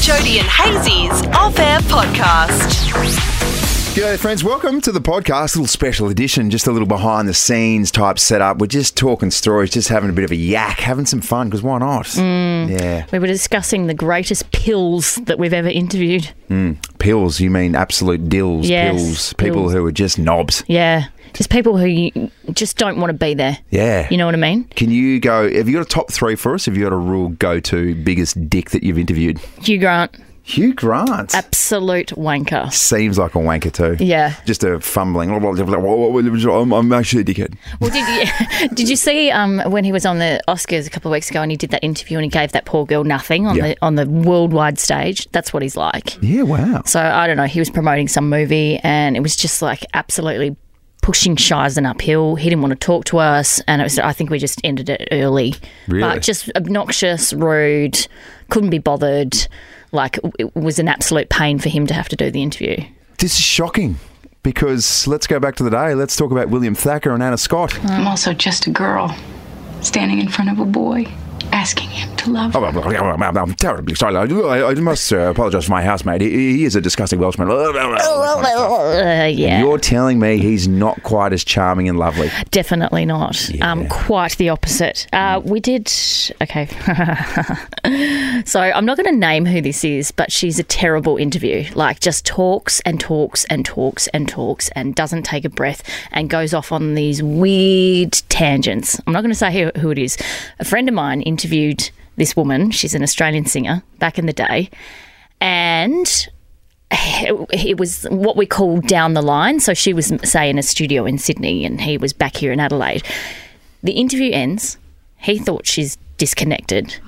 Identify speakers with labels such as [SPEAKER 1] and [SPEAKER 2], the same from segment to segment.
[SPEAKER 1] Jody and Hazy's Off Air Podcast.
[SPEAKER 2] G'day, friends. Welcome to the podcast. A little special edition, just a little behind the scenes type setup. We're just talking stories, just having a bit of a yak, having some fun, because why not?
[SPEAKER 3] Mm.
[SPEAKER 2] Yeah.
[SPEAKER 3] We were discussing the greatest pills that we've ever interviewed.
[SPEAKER 2] Pills, you mean absolute dills,
[SPEAKER 3] Yes,
[SPEAKER 2] pills. People
[SPEAKER 3] pills.
[SPEAKER 2] who are just knobs.
[SPEAKER 3] Yeah. Just people who you just don't want to be there.
[SPEAKER 2] Yeah.
[SPEAKER 3] You know what I mean?
[SPEAKER 2] Can you go? Have you got a top three for us? Have you got a real go to biggest dick that you've interviewed?
[SPEAKER 3] Hugh Grant,
[SPEAKER 2] Hugh Grant.
[SPEAKER 3] absolute wanker.
[SPEAKER 2] Seems like a wanker, too.
[SPEAKER 3] Yeah.
[SPEAKER 2] Just a fumbling. I'm, I'm actually a dickhead.
[SPEAKER 3] Well, did you, did you see um, when he was on the Oscars a couple of weeks ago and he did that interview and he gave that poor girl nothing on
[SPEAKER 2] Yeah.
[SPEAKER 3] the on the worldwide stage? That's what he's like.
[SPEAKER 2] Yeah, wow.
[SPEAKER 3] So I don't know. He was promoting some movie, and it was just like absolutely pushing Shizen uphill. He didn't want to talk to us, and it was. I think we just ended it early.
[SPEAKER 2] Really?
[SPEAKER 3] But just obnoxious, rude, couldn't be bothered. Like it was an absolute pain for him to have to do the interview.
[SPEAKER 2] This is shocking because let's go back to the day. Let's talk about William Thacker and Anna Scott.
[SPEAKER 3] Hmm.
[SPEAKER 4] I'm also just a girl standing in front of a boy asking him to love her.
[SPEAKER 2] Oh, I'm- I'm I'm- I'm terribly sorry. I, I must uh, apologise for my housemate. He, he is a disgusting Welshman. Oh,
[SPEAKER 3] Uh, yeah,
[SPEAKER 2] You're telling me he's not quite as charming and lovely.
[SPEAKER 3] definitely not. Um, quite the opposite. Uh, we did. Okay. so I'm not going to name who this is, but she's a terrible interview. Like, just talks and talks and talks and talks and doesn't take a breath and goes off on these weird tangents. I'm not going to say who, who it is. A friend of mine interviewed this woman. She's an Australian singer back in the day. And it, it was what we call down the line. So she was, say, in a studio in Sydney and he was back here in Adelaide. The interview ends. He thought she's disconnected.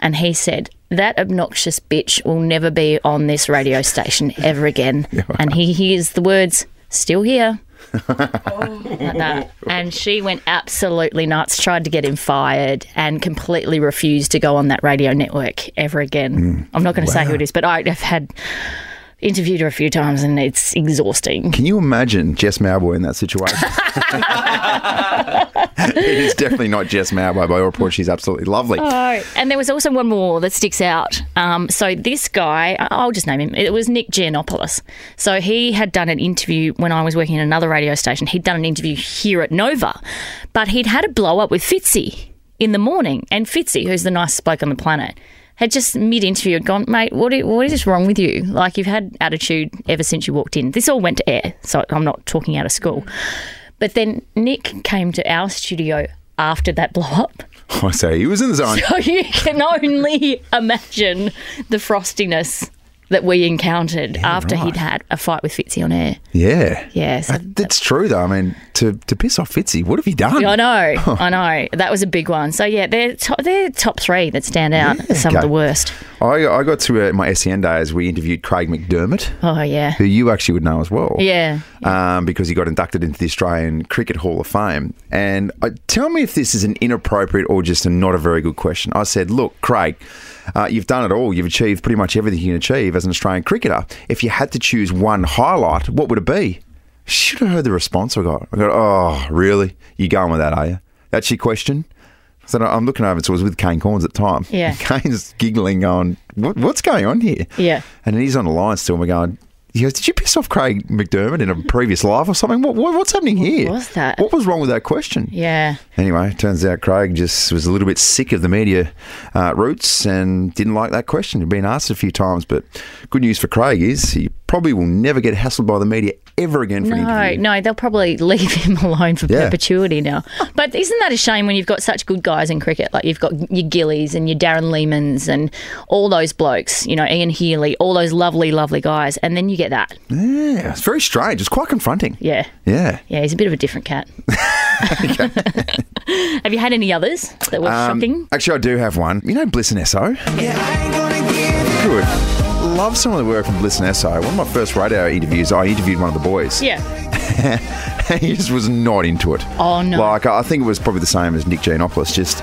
[SPEAKER 3] And he said, That obnoxious bitch will never be on this radio station ever again. and he hears the words, Still here. like that. And she went absolutely nuts, tried to get him fired, and completely refused to go on that radio network ever again. I'm not going to say who it is, but I have had interviewed her a few times and it's exhausting.
[SPEAKER 2] Can you imagine Jess Malboy in that situation? it is definitely not Jess Malboy. By all reports, she's absolutely lovely.
[SPEAKER 3] Oh. And there was also one more that sticks out. Um, so this guy, I- I'll just name him. It was Nick Giannopoulos. So he had done an interview when I was working at another radio station. He'd done an interview here at Nova, but he'd had a blow up with Fitzy in the morning. And Fitzy, who's the nicest bloke on the planet, had just mid interview had gone, mate, what, i- what is wrong with you? Like you've had attitude ever since you walked in. This all went to air, so I'm not talking out of school. But then Nick came to our studio after that blow up.
[SPEAKER 2] I say he was in the zone.
[SPEAKER 3] So you can only imagine the frostiness that we encountered after
[SPEAKER 2] right.
[SPEAKER 3] he'd had a fight with Fitzy on air.
[SPEAKER 2] Yeah.
[SPEAKER 3] Yeah, so-
[SPEAKER 2] That- That's true, though. I mean, to, to piss off Fitzy, what have you done?
[SPEAKER 3] I
[SPEAKER 2] Oh.
[SPEAKER 3] know, I know. That was a big one. So yeah, they're top, they're top three that stand out. as some
[SPEAKER 2] okay.
[SPEAKER 3] of the worst.
[SPEAKER 2] I, I got to uh, my SEN days, we interviewed Craig McDermott,
[SPEAKER 3] Oh yeah,
[SPEAKER 2] who you actually would know as well.
[SPEAKER 3] yeah.
[SPEAKER 2] Um, because he got inducted into the Australian Cricket Hall of Fame. And I, tell me if this is an inappropriate or just a not a very good question. I said, look, Craig, uh, you've done it all. You've achieved pretty much everything you can achieve as an Australian cricketer. If you had to choose one highlight, what would it be? Should have heard the response I got. I go, oh, really? You're going with that, are you? That's your question? So I'm looking over, so it was with Kane Corns at the time.
[SPEAKER 3] Yeah.
[SPEAKER 2] And Kane's giggling, going, what, what's going on here?
[SPEAKER 3] Yeah.
[SPEAKER 2] And he's on the line still, and we're going, he goes, Did you piss off Craig McDermott in a previous life or something? What, what, what's happening here?
[SPEAKER 3] was that?"
[SPEAKER 2] What was wrong with that question?
[SPEAKER 3] Yeah.
[SPEAKER 2] Anyway, turns out Craig just was a little bit sick of the media uh, roots and didn't like that question. He'd been asked a few times, but good news for Craig is he probably will never get hassled by the media ever again for an
[SPEAKER 3] No,
[SPEAKER 2] interview.
[SPEAKER 3] no, they'll probably leave him alone for
[SPEAKER 2] Yeah.
[SPEAKER 3] perpetuity now. But isn't that a shame when you've got such good guys in cricket? Like you've got your Gillies and your Darren Lehmans and all those blokes, you know, Ian Healy, all those lovely, lovely guys. And then you get that.
[SPEAKER 2] Yeah, it's very strange. It's quite confronting.
[SPEAKER 3] Yeah.
[SPEAKER 2] Yeah.
[SPEAKER 3] Yeah, he's a bit of a different cat. Have you had any others that were
[SPEAKER 2] Um,
[SPEAKER 3] shocking?
[SPEAKER 2] Actually, I do have one. You know Bliss and SO? Good. Love some of the work from Bliss and SO. One of my first radio interviews, I interviewed one of the boys.
[SPEAKER 3] Yeah.
[SPEAKER 2] he just was not into it.
[SPEAKER 3] Oh, no.
[SPEAKER 2] Like I think it was probably the same as Nick Giannopoulos. Just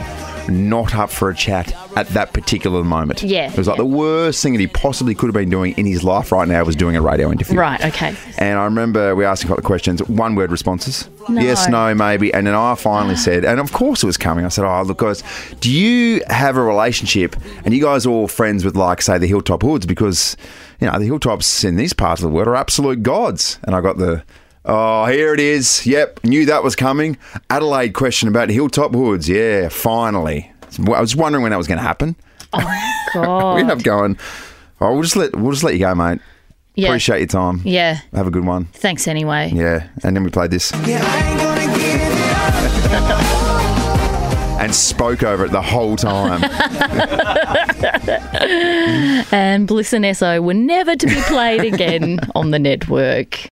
[SPEAKER 2] not up for a chat at that particular moment.
[SPEAKER 3] Yeah,
[SPEAKER 2] It was like
[SPEAKER 3] yeah.
[SPEAKER 2] the worst thing that he possibly could have been doing in his life right now was doing a radio interview.
[SPEAKER 3] Right, okay.
[SPEAKER 2] And I remember we asked a couple of questions, one word responses.
[SPEAKER 3] No.
[SPEAKER 2] Yes, no, maybe. And then I finally said, and of course it was coming. I said, Oh, look, guys, do you have a relationship? And you guys are all friends with, like, say, the Hilltop Hoods because, you know, the Hilltops in these parts of the world are absolute gods. And I got the, Oh, here it is. Yep, knew that was coming. Adelaide question about Hilltop Hoods. Yeah, finally. I was wondering when that was going to happen.
[SPEAKER 3] God.
[SPEAKER 2] We end up going, Oh, we'll just let, we'll just let you go, mate.
[SPEAKER 3] Yeah.
[SPEAKER 2] Appreciate your time.
[SPEAKER 3] Yeah.
[SPEAKER 2] Have a good one.
[SPEAKER 3] Thanks anyway.
[SPEAKER 2] Yeah, and then we played this
[SPEAKER 5] Yeah, I ain't gonna give it up.
[SPEAKER 2] and spoke over it the whole time.
[SPEAKER 3] And Bliss and SO were never to be played again on the network.